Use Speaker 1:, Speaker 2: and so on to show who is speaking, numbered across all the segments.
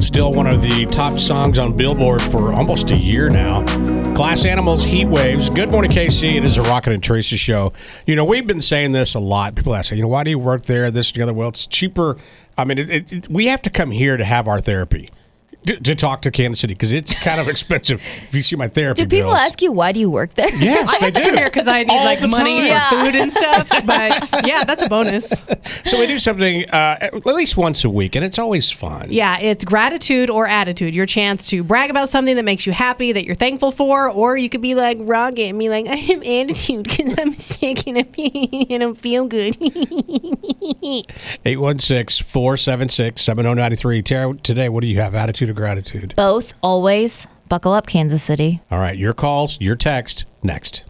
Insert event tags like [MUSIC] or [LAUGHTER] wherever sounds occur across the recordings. Speaker 1: still one of the top songs on Billboard for almost a year now. Glass Animals, Heat Waves. Good morning, KC. It is a Rocket and Teresa show. You know, we've been saying this a lot. People ask, you know, why do you work there, this, the other? Well, it's cheaper. I mean, it, it, it- we have to come here to have our therapy, to, to talk to Kansas City, because it's kind of [LAUGHS] expensive. if you see my therapy
Speaker 2: Do people
Speaker 1: bills.
Speaker 2: ask you why do you work there? [LAUGHS]
Speaker 1: Yes,
Speaker 3: I
Speaker 1: they
Speaker 3: have to
Speaker 1: do.
Speaker 3: come here because I need
Speaker 1: All
Speaker 3: like
Speaker 1: the
Speaker 3: money
Speaker 1: time.
Speaker 3: for
Speaker 2: Yeah.
Speaker 3: food and stuff. But
Speaker 1: [LAUGHS]
Speaker 3: yeah, that's a bonus.
Speaker 1: So we do something uh, at least once a week, and it's always fun.
Speaker 3: Yeah, it's gratitude or attitude. Your chance to brag about something that makes you happy, that you're thankful for, or you could be like Rocket and be like, [LAUGHS] I have attitude because I'm [LAUGHS] sick and I and I feel good. [LAUGHS]
Speaker 1: 816 476 7093. Tara, today, what do you have? Attitude or gratitude?
Speaker 2: Both, always. Buckle up, Kansas City.
Speaker 1: All right, your calls, your text, next.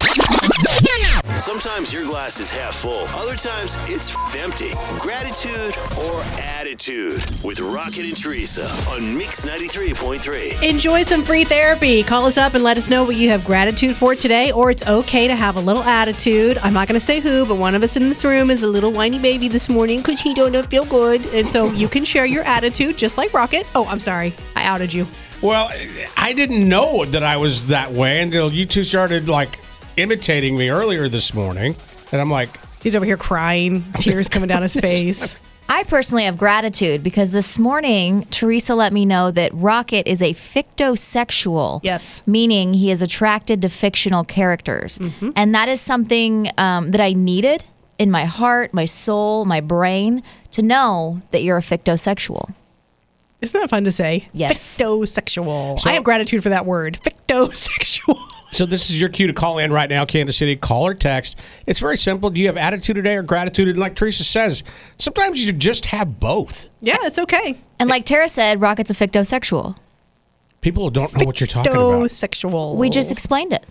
Speaker 4: Sometimes your glass is half full, other times it's f- empty. Gratitude or attitude with Rocket and Teresa on Mix 93.3.
Speaker 3: Enjoy some free therapy. Call us up and let us know what you have gratitude for today, or it's okay to have a little attitude. I'm not going to say who, but one of us in this room is a little whiny baby this morning because he don't feel good, and so you can share your attitude just like Rocket. Oh, I'm sorry, I outed you.
Speaker 1: Well, I didn't know that I was that way until you two started like imitating me earlier this morning. And I'm like,
Speaker 3: He's over here crying, tears coming down his face.
Speaker 2: I personally have gratitude because this morning Teresa let me know that Rocket is a fictosexual.
Speaker 3: Yes.
Speaker 2: Meaning he is attracted to fictional characters.
Speaker 1: Mm-hmm.
Speaker 2: And that is something um, that I needed in my heart, my soul, my brain to know that you're a fictosexual.
Speaker 3: Isn't that fun to say?
Speaker 2: Yes.
Speaker 3: Fictosexual. I have gratitude for that word. Fictosexual.
Speaker 1: so this is your cue to call in right now, Kansas City. Call or text. It's very simple. Do you have attitude today or gratitude? And like Teresa says, sometimes you just have both.
Speaker 3: Yeah, it's okay.
Speaker 2: And like Tara said, Rocket's a fictosexual.
Speaker 1: People don't know what you're talking about.
Speaker 3: Fictosexual.
Speaker 2: We
Speaker 1: Oh.
Speaker 2: just explained it.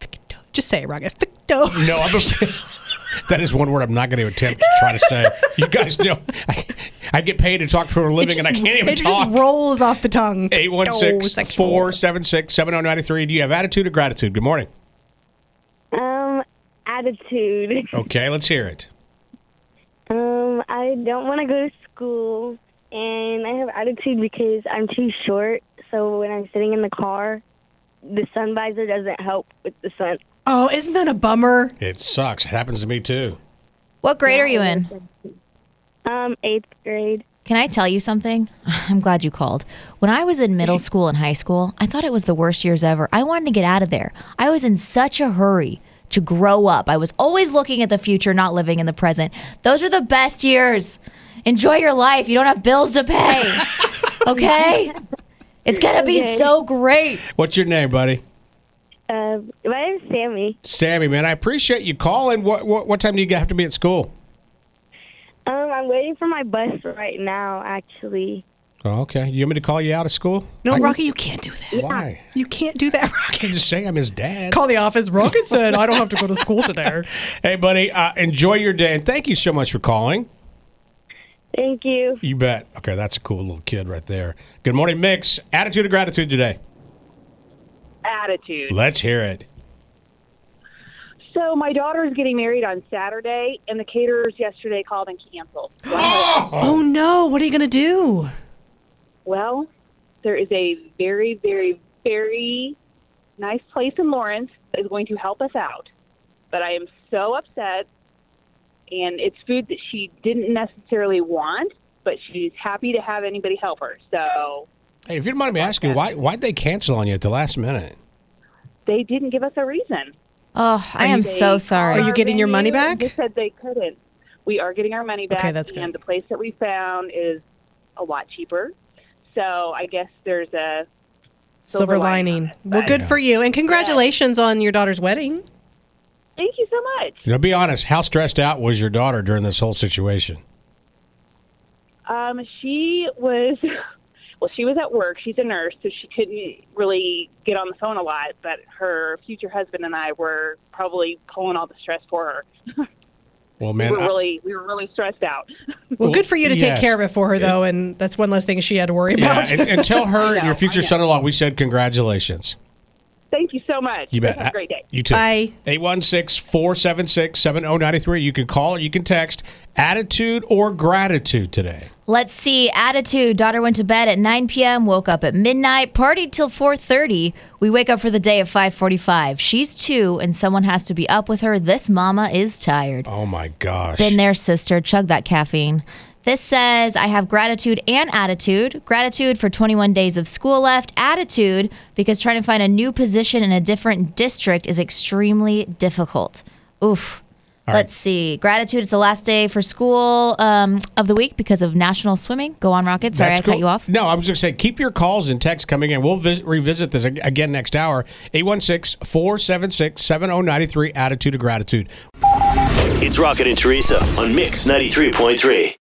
Speaker 3: Ficto- just say it, Rocket. Ficto.
Speaker 1: No, I'm [LAUGHS] that is one word I'm not going to attempt to try to say. You guys know I, I get paid to talk for a living, and I can't even
Speaker 3: it
Speaker 1: talk.
Speaker 3: just rolls off the tongue.
Speaker 1: 816
Speaker 3: Fictosexual.
Speaker 1: 476 7093. Do you have attitude or gratitude? Good morning.
Speaker 5: Um, attitude. [LAUGHS]
Speaker 1: Okay, let's hear it.
Speaker 5: Um, I don't want to go to school, and I have attitude because I'm too short. So when I'm sitting in the car, the sun visor doesn't help with the sun.
Speaker 3: Oh, isn't that a bummer?
Speaker 1: It sucks. It happens to me too.
Speaker 2: What grade are you in?
Speaker 5: Um, eighth grade.
Speaker 2: Can I tell you something? [LAUGHS] I'm glad you called. When I was in middle school and high school, I thought it was the worst years ever. I wanted to get out of there. I was in such a hurry to grow up. I was always looking at the future, not living in the present. Those are the best years. Enjoy your life. You don't have bills to pay. Okay? It's going to be
Speaker 5: Okay.
Speaker 2: so great.
Speaker 1: What's your name, buddy?
Speaker 5: Uh, my name's Sammy.
Speaker 1: Sammy, man. I appreciate you calling. What what, what time do you have to be at school?
Speaker 5: Um, I'm waiting for my bus right now, actually.
Speaker 1: Oh, okay. You want me to call you out of school?
Speaker 3: No, Rocket, you can't do that.
Speaker 1: Why?
Speaker 3: You can't do that, [LAUGHS]
Speaker 1: I can
Speaker 3: Rocket.
Speaker 1: just say I'm his dad.
Speaker 3: Call the office. Rocket said, I don't have to go to
Speaker 1: [LAUGHS]
Speaker 3: school today.
Speaker 1: Hey, buddy. Uh, enjoy your day, and thank you so much for calling.
Speaker 5: Thank you.
Speaker 1: You bet. Okay, that's a cool little kid right there. Good morning, Mix. Attitude of gratitude today.
Speaker 6: attitude.
Speaker 1: Let's hear it.
Speaker 6: So my daughter is getting married on Saturday, and the caterers yesterday called and canceled.
Speaker 3: Oh, no. What are you going to do?
Speaker 6: Well, there is a very, very, very nice place in Lawrence that is going to help us out, but I am so upset, and it's food that she didn't necessarily want, but she's happy to have anybody help her. So
Speaker 1: Hey, if you don't mind me asking, why why'd they cancel on you at the last minute?
Speaker 6: they didn't give us a reason.
Speaker 2: Oh, I am
Speaker 6: They
Speaker 2: so sorry.
Speaker 3: Are you getting your money
Speaker 6: venue and
Speaker 3: back?
Speaker 6: They said they couldn't. We are getting our money back.
Speaker 3: Okay, that's good.
Speaker 6: And the place that we found is a lot cheaper. So I guess there's a
Speaker 3: Silver,
Speaker 6: Silver lining
Speaker 3: lining.
Speaker 6: on it,
Speaker 3: Well,
Speaker 6: but-
Speaker 3: good for you. And congratulations on your daughter's wedding.
Speaker 6: thank you so much.
Speaker 1: You know, be honest. How stressed out was your daughter during this whole situation?
Speaker 6: Um, she was, [LAUGHS] well, she was at work. She's a nurse, so she couldn't really get on the phone a lot. But her future husband and I were probably pulling all the stress for her.
Speaker 1: Well,
Speaker 6: We
Speaker 1: man,
Speaker 6: were
Speaker 1: I-
Speaker 6: really, we were really stressed out. [LAUGHS]
Speaker 3: Well, good for you to
Speaker 1: yes.
Speaker 3: take care of it for her, though. And
Speaker 6: [LAUGHS]
Speaker 3: that's one less thing she had to worry
Speaker 1: yeah,
Speaker 3: about.
Speaker 1: and, and tell her and your future son-in-law we said congratulations.
Speaker 6: Thank you so much.
Speaker 1: You bet.
Speaker 6: Have a great day.
Speaker 1: You too.
Speaker 3: Bye.
Speaker 1: 816-476-7093. You can call or you can text attitude or gratitude today.
Speaker 2: Let's see. Attitude. Daughter went to bed at 9 p.m. Woke up at midnight. Partied till 4:30. We wake up for the day at 5:45. She's two, and someone has to be up with her. This mama is tired.
Speaker 1: Oh my gosh.
Speaker 2: Been there, sister. Chug that caffeine. This says, I have gratitude and attitude. Gratitude for 21 days of school left. Attitude, because trying to find a new position in a different district is extremely difficult. Oof. Let's see. Gratitude is the last day for school um, of the week because of National Swimming. Go on, Rocket. Sorry,
Speaker 1: That's
Speaker 2: I cut
Speaker 1: cool.
Speaker 2: you off.
Speaker 1: No, I was going to say, keep your calls and texts coming in. We'll vis- revisit this ag- again next hour. 816 476 7093, attitude of gratitude.
Speaker 4: It's Rocket and Teresa on Mix 93.3.